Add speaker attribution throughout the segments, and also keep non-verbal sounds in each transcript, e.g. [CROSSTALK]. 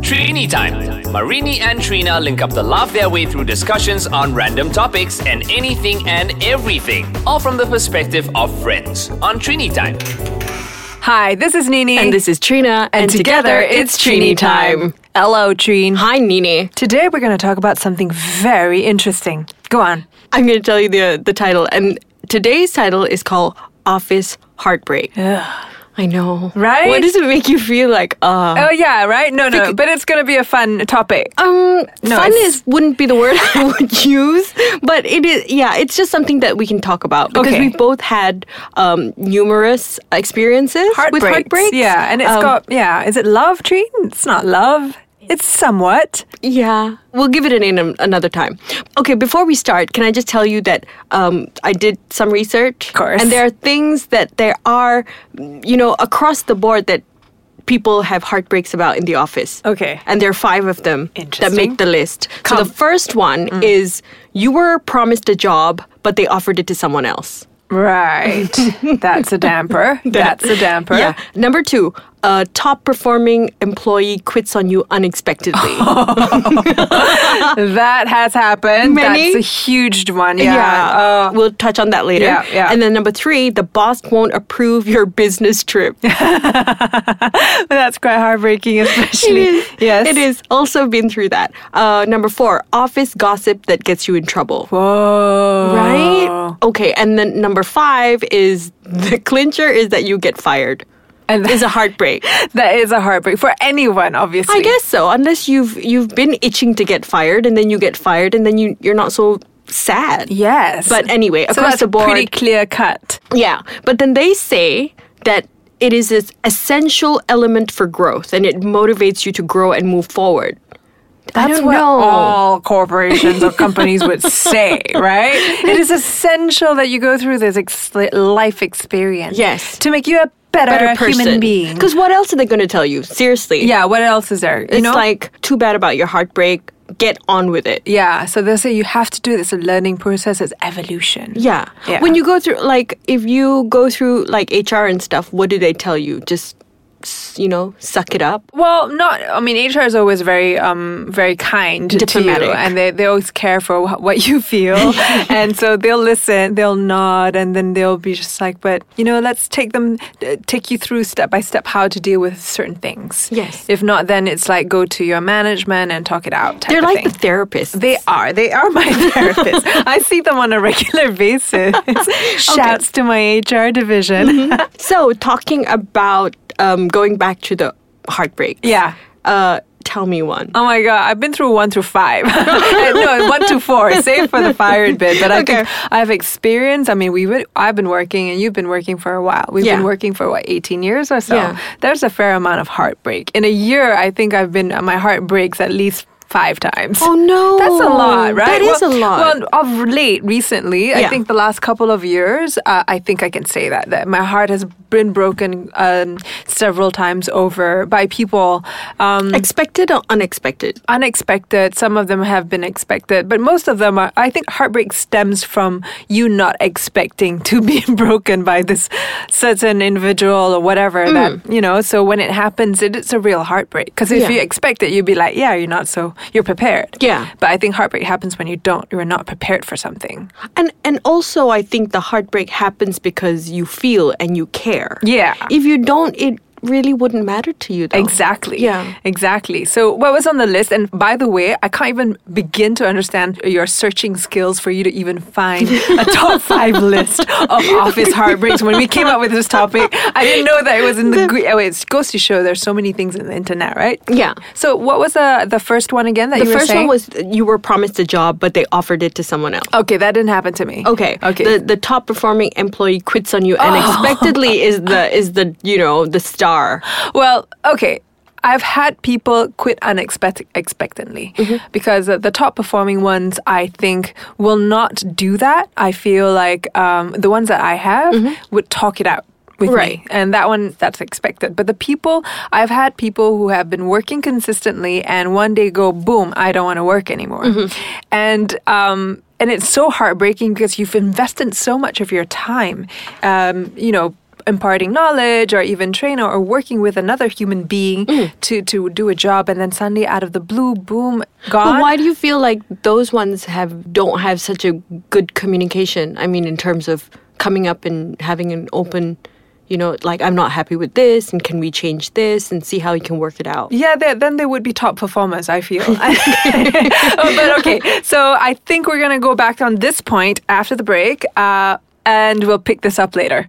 Speaker 1: Trini time. Marini and Trina link up to laugh their way through discussions on random topics and anything and everything, all from the perspective of friends on Trini time.
Speaker 2: Hi, this is Nini.
Speaker 3: And this is Trina, and, together, it's Trini time.
Speaker 2: Hello, Trini.
Speaker 3: Hi, Nini.
Speaker 2: Today we're going to talk about something very interesting. Go on.
Speaker 3: I'm going to tell you the the title, and today's title is called Office Heartbreak. I know,
Speaker 2: Right?
Speaker 3: What does it make you feel like? Uh,
Speaker 2: Oh, yeah, right? No, no, but it's going to be a fun topic.
Speaker 3: um,
Speaker 2: No,
Speaker 3: fun
Speaker 2: it's-
Speaker 3: is wouldn't be the word [LAUGHS] I would use, but it is. Yeah, it's just something that we can talk about because
Speaker 2: Okay.
Speaker 3: we've both had um, numerous experiences with
Speaker 2: Heartbreaks.
Speaker 3: heartbreaks.
Speaker 2: Yeah, and it's
Speaker 3: Um,
Speaker 2: got, yeah, is it love, Trini? It's not love. It's somewhat.
Speaker 3: Yeah, we'll give it a name an- another time. Okay, before we start, can I just tell you that um, I did some research, of
Speaker 2: course.
Speaker 3: and there are things that there are, you know, across the board that people have heartbreaks about in the office.
Speaker 2: Okay.
Speaker 3: and there are five of them that
Speaker 2: Interesting.
Speaker 3: make the list. So
Speaker 2: Come. Mm.
Speaker 3: the first one is you were promised a job, but they offered it to someone else. [LAUGHS]
Speaker 2: Right. That's a damper. That's a damper.
Speaker 3: Yeah. Number two, a top performing employee quits on you
Speaker 2: [LAUGHS]
Speaker 3: unexpectedly.
Speaker 2: That has happened.
Speaker 3: Many?
Speaker 2: That's a huge one. Yeah. Oh,
Speaker 3: uh, we'll touch on that later.
Speaker 2: Yeah, yeah.
Speaker 3: And then number three, the boss won't approve your
Speaker 2: [LAUGHS]
Speaker 3: business trip.
Speaker 2: that's quite [LAUGHS] heartbreaking, especially. Yes.
Speaker 3: It is. Also been through that. Uh, number four, office gossip that gets you in trouble.
Speaker 2: Whoa.
Speaker 3: Right? Okay. And then number five is [LAUGHS] the clincher is that you get fired.
Speaker 2: And
Speaker 3: Is
Speaker 2: [LAUGHS]
Speaker 3: a heartbreak.
Speaker 2: That is a heartbreak for anyone, obviously.
Speaker 3: I guess so. Unless you've you've been itching to get fired and then you get fired and then you you're not so sad.
Speaker 2: Yes.
Speaker 3: But anyway,
Speaker 2: so
Speaker 3: across
Speaker 2: that's
Speaker 3: the board
Speaker 2: pretty clear cut.
Speaker 3: Yeah, but then they say that it is this essential element for growth and it motivates you to grow and move forward. I
Speaker 2: That's
Speaker 3: don't
Speaker 2: what
Speaker 3: know.
Speaker 2: all corporations
Speaker 3: [LAUGHS]
Speaker 2: or companies would say, right? It is essential that you go through this ex- life experience.
Speaker 3: Yes.
Speaker 2: To make you a better,
Speaker 3: Better person.
Speaker 2: human being.
Speaker 3: Because what else are they going to tell you? Seriously.
Speaker 2: Yeah, what else is there? You
Speaker 3: It's
Speaker 2: know?
Speaker 3: like, too bad about your heartbreak. Get on with it.
Speaker 2: Yeah, so they say you have to do this a learning process, it's evolution.
Speaker 3: Yeah.
Speaker 2: Yeah.
Speaker 3: When you go through, like, if you go through, like, HR and stuff, what do they tell you? Just, s- you know, suck it up?
Speaker 2: Well, not. I mean, HR is always very, um, very kind to
Speaker 3: Diplomatic.
Speaker 2: you, and they, they always care for wh- what you
Speaker 3: [LAUGHS]
Speaker 2: feel, and so they'll listen, they'll nod, and then they'll be just like, but you know, let's take them, uh, take you through step by step how to deal with certain things.
Speaker 3: Yes.
Speaker 2: If not, then it's like go to your management and talk it out. Type
Speaker 3: They're
Speaker 2: of
Speaker 3: like
Speaker 2: thing.
Speaker 3: the
Speaker 2: [LAUGHS]
Speaker 3: therapists.
Speaker 2: They are. They are my [LAUGHS]
Speaker 3: [LAUGHS]
Speaker 2: therapists. I see them on a regular basis. Mm-hmm. Shouts to my HR division.
Speaker 3: [LAUGHS] So, talking about um, going back to the heartbreak.
Speaker 2: Yeah.
Speaker 3: Uh, tell me one.
Speaker 2: [LAUGHS] Oh my god, I've been through one through five. [LAUGHS] no, one to four, save for the fired bit. But I think
Speaker 3: Okay.
Speaker 2: I've experienced. I mean, we would. I've been working, and you've been working for a while. We've
Speaker 3: Yeah.
Speaker 2: been working for what eighteen years or so.
Speaker 3: Yeah.
Speaker 2: There's a fair amount of heartbreak in a year. I think I've been. My heart breaks at least. Five times.
Speaker 3: Oh, no.
Speaker 2: That's a lot, right?
Speaker 3: That is a lot.
Speaker 2: Well, of late, recently, I
Speaker 3: Yeah.
Speaker 2: think the last couple of years, uh, I think I can say that that my heart has been broken um, several times over by people. Um,
Speaker 3: Expected or unexpected?
Speaker 2: unexpected. Some of them have been expected, but most of them are. I think heartbreak stems from you not expecting to be [LAUGHS] broken by this certain individual or whatever that you know. So when it happens, it, it's a real heartbreak because if
Speaker 3: Mm. Yeah.
Speaker 2: you expect it, you'd be like, yeah, you're not so you're prepared.
Speaker 3: Yeah.
Speaker 2: but I think heartbreak happens when you don't. You're not prepared for something.
Speaker 3: And and also I think the heartbreak happens because you feel and you care.
Speaker 2: Yeah.
Speaker 3: If you don't, it really wouldn't matter to you though.
Speaker 2: Exactly.
Speaker 3: Yeah.
Speaker 2: Exactly. So what was on the list? And by the way, I can't even begin to understand your searching skills for you to even find
Speaker 3: [LAUGHS]
Speaker 2: a top five list of office heartbreaks. When we came up with this topic, I didn't know that it was in the. gre- Oh, it goes to show there's so many things in the internet, right?
Speaker 3: Yeah.
Speaker 2: So what was the the first one again that
Speaker 3: The
Speaker 2: you were
Speaker 3: first
Speaker 2: saying?
Speaker 3: one was that you were promised a job but they offered it to someone else.
Speaker 2: Okay, that didn't happen to me.
Speaker 3: Okay.
Speaker 2: Oh, Okay. Oh.
Speaker 3: The the top performing employee quits on you
Speaker 2: [LAUGHS]
Speaker 3: unexpectedly is the is the you know, the star.
Speaker 2: Well, okay. I've had people quit unexpectedly because uh, the top performing ones, I think, will not do that. I feel like um, the ones that I have would talk it out with
Speaker 3: Right.
Speaker 2: me. And that one, that's expected. But the people, I've had people who have been working consistently and one day go, boom, I don't want to work anymore. And, um, and it's so heartbreaking because you've invested so much of your time, um, you know, imparting knowledge or even trainer or working with another human being to, to do a job and then suddenly out of the blue, boom, gone.
Speaker 3: But why do you feel like those ones have don't have such a good communication? I mean, in terms of coming up and having an open, you know, like I'm not happy with this, and can we change this and see how you can work it out?
Speaker 2: [LAUGHS] Yeah, they, then they would be top performers, I feel. [LAUGHS] Oh, but okay, so I think we're going to go back on this point after the break uh, and we'll pick this up later.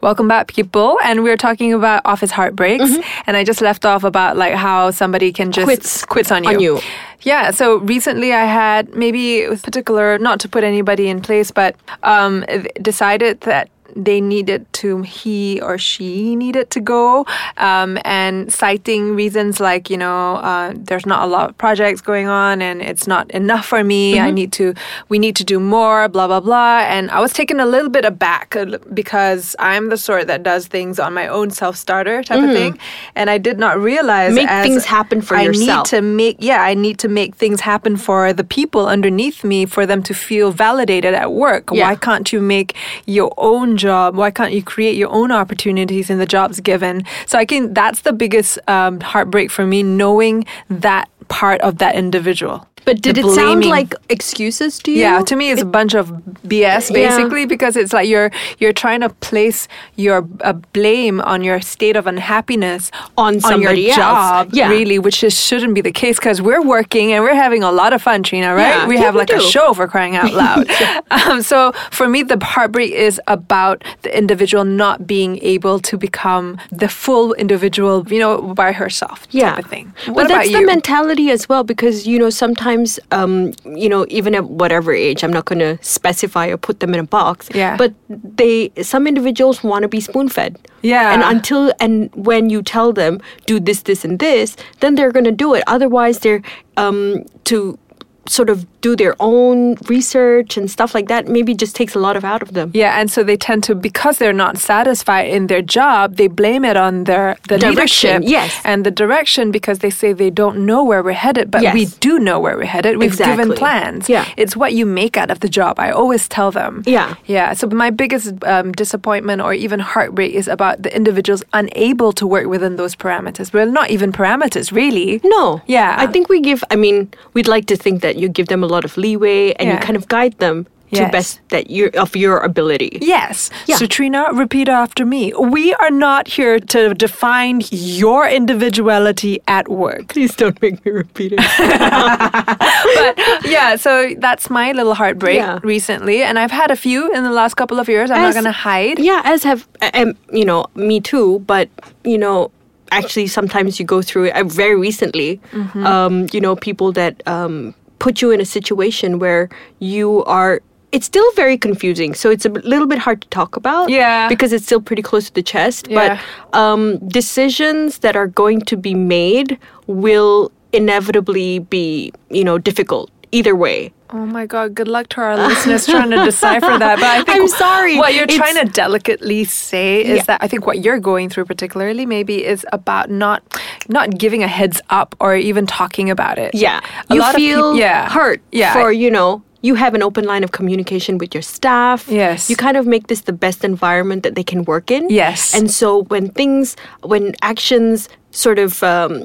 Speaker 2: Welcome back, people. And we're talking about office heartbreaks. And I just left off about like how somebody can just
Speaker 3: Mm-hmm. Quits
Speaker 2: quits on you.
Speaker 3: on you.
Speaker 2: Yeah. So recently I had maybe with particular, not to put anybody in place, but um, th- decided that they needed to, he or she needed to go. Um, and citing reasons like, you know, uh, there's not a lot of projects going on and it's not enough for me.
Speaker 3: Mm-hmm.
Speaker 2: I need to, we need to do more, blah, blah, blah. And I was taken a little bit aback a li- because I'm the sort that does things on my own self starter type of thing. And I did not realize
Speaker 3: Mm-hmm. Make
Speaker 2: as
Speaker 3: things happen for
Speaker 2: I
Speaker 3: yourself.
Speaker 2: need to make yeah i need to make things happen for the people underneath me for them to feel validated at work
Speaker 3: Yeah.
Speaker 2: why can't you make your own job why can't you create your own opportunities in the jobs given so i can that's the biggest um, heartbreak for me knowing that part of that individual
Speaker 3: But did
Speaker 2: The
Speaker 3: it sound
Speaker 2: blaming.
Speaker 3: like excuses to you?
Speaker 2: yeah, to me it's a bunch of BS basically because it's like you're you're trying to place your uh, blame on your state of unhappiness
Speaker 3: On somebody
Speaker 2: your
Speaker 3: else.
Speaker 2: job
Speaker 3: Yeah.
Speaker 2: really, which just shouldn't be the case because we're working and we're having a lot of fun, Trina. Right?
Speaker 3: Yeah.
Speaker 2: we
Speaker 3: Yeah,
Speaker 2: have
Speaker 3: we
Speaker 2: like a
Speaker 3: do.
Speaker 2: show for crying out
Speaker 3: [LAUGHS]
Speaker 2: loud. [LAUGHS] um, so for me, the heartbreak is about the individual not being able to become the full individual, you know, by herself.
Speaker 3: yeah.
Speaker 2: type of thing.
Speaker 3: but
Speaker 2: What about
Speaker 3: that's the
Speaker 2: you?
Speaker 3: mentality as well because you know sometimes um, you know even at whatever age I'm not going to specify or put them in a box.
Speaker 2: Yeah.
Speaker 3: But they some individuals want to be spoon fed.
Speaker 2: Yeah.
Speaker 3: And until and when you tell them do this this and this, then they're going to do it. Otherwise they're um, to sort of do their own research and stuff like that maybe just takes a lot of out of them.
Speaker 2: Yeah, and so they tend to because they're not satisfied in their job, they blame it on their the
Speaker 3: Direction,
Speaker 2: leadership
Speaker 3: yes.
Speaker 2: and the direction because they say they don't know where we're headed, but we
Speaker 3: Yes.
Speaker 2: do know where we're headed. We've given
Speaker 3: Exactly.
Speaker 2: plans.
Speaker 3: Yeah.
Speaker 2: It's what you make out of the job. I always tell them.
Speaker 3: Yeah.
Speaker 2: Yeah. So my biggest um, disappointment or even heartbreak is about the individuals unable to work within those parameters. Well, not even parameters, really.
Speaker 3: No.
Speaker 2: Yeah.
Speaker 3: I think we give, I mean, we'd like to think that you give them a lot of leeway and
Speaker 2: Yeah.
Speaker 3: you kind of guide them
Speaker 2: Yes.
Speaker 3: to best that you of your ability.
Speaker 2: Yes.
Speaker 3: Yeah.
Speaker 2: So Trina, repeat after me. We are not here to define your individuality at work.
Speaker 3: Please don't make me repeat it.
Speaker 2: but [LAUGHS] yeah, so that's my little heartbreak
Speaker 3: Yeah.
Speaker 2: recently, and I've had a few in the last couple of years. I'm
Speaker 3: As-
Speaker 2: not gonna hide.
Speaker 3: yeah, as have, and, you know, me too, but, you know, actually sometimes you go through it uh, very recently,
Speaker 2: Mm-hmm.
Speaker 3: um, you know, people that um, put you in a situation where you are. It's still very confusing, so it's a b- little bit hard to talk about.
Speaker 2: Yeah.
Speaker 3: because it's still pretty close to the chest.
Speaker 2: Yeah.
Speaker 3: But um, decisions that are going to be made will inevitably be, you know, difficult either way.
Speaker 2: Oh my god, good luck to our listeners trying to decipher that. But [LAUGHS] I think
Speaker 3: I'm sorry,
Speaker 2: What you're
Speaker 3: it's-
Speaker 2: trying to delicately say is
Speaker 3: Yeah.
Speaker 2: that I think what you're going through particularly maybe is about not not giving a heads up or even talking about it.
Speaker 3: Yeah,
Speaker 2: A
Speaker 3: you
Speaker 2: lot
Speaker 3: feel
Speaker 2: of peop- yeah.
Speaker 3: hurt
Speaker 2: Yeah.
Speaker 3: for you know you have an open line of communication with your staff.
Speaker 2: Yes.
Speaker 3: you kind of make this the best environment that they can work in.
Speaker 2: Yes.
Speaker 3: and so when things when actions sort of um,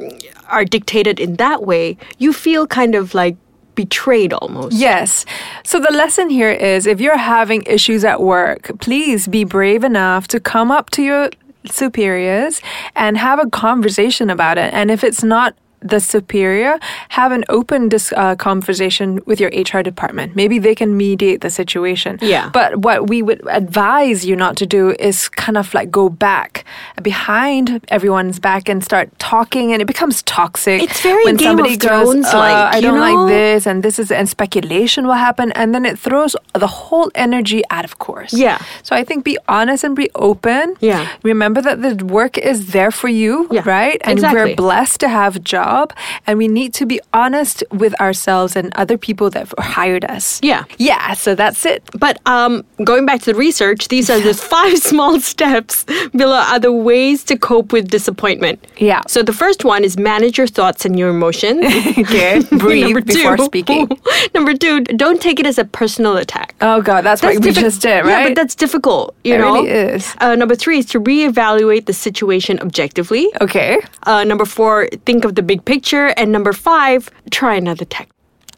Speaker 3: are dictated in that way, you feel kind of like betrayed almost.
Speaker 2: Yes. So the lesson here is if you're having issues at work, please be brave enough to come up to your superiors and have a conversation about it. And if it's not the superior, have an open dis- uh, conversation with your HR department. Maybe they can mediate the situation.
Speaker 3: Yeah.
Speaker 2: But what we would advise you not to do is kind of like go back behind everyone's back and start talking, and it becomes toxic.
Speaker 3: It's very
Speaker 2: when
Speaker 3: Game
Speaker 2: somebody
Speaker 3: of
Speaker 2: goes,
Speaker 3: Thrones,
Speaker 2: "Uh,
Speaker 3: like,
Speaker 2: I
Speaker 3: you
Speaker 2: don't
Speaker 3: know?
Speaker 2: like this this and this is and speculation will happen and then it throws the whole energy out of course
Speaker 3: Yeah.
Speaker 2: so i think be honest and be open
Speaker 3: Yeah.
Speaker 2: remember that the work is there for you
Speaker 3: Yeah,
Speaker 2: right and
Speaker 3: exactly.
Speaker 2: we're blessed to have jobs job and we need to be honest with ourselves and other people that have hired us.
Speaker 3: Yeah.
Speaker 2: Yeah, so that's
Speaker 3: [LAUGHS]
Speaker 2: it.
Speaker 3: But um, going back to the research, these are the [LAUGHS] five small steps below are the ways to cope with disappointment.
Speaker 2: Yeah.
Speaker 3: So the first one is manage your thoughts and your emotions.
Speaker 2: [LAUGHS] Okay, breathe before
Speaker 3: [LAUGHS]
Speaker 2: speaking.
Speaker 3: Number two, don't take it as a personal attack.
Speaker 2: Oh god, that's, what we
Speaker 3: diffi-
Speaker 2: just did, right?
Speaker 3: Yeah, but that's difficult. You
Speaker 2: It
Speaker 3: know,
Speaker 2: really is.
Speaker 3: Uh, number three is to reevaluate the situation objectively.
Speaker 2: okay.
Speaker 3: Uh, number four, think of the big picture, and number five, try another tactic.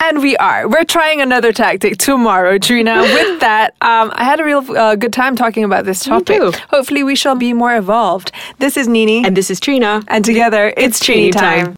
Speaker 2: And we are. We're trying another tactic tomorrow,
Speaker 3: [LAUGHS]
Speaker 2: Trina. With that, um, I had a real uh, good time talking about this topic.
Speaker 3: too.
Speaker 2: Hopefully, we shall be more evolved. This is Nini,
Speaker 3: And this is Trina.
Speaker 2: and together, it's, Trini
Speaker 3: Trini time.
Speaker 2: time.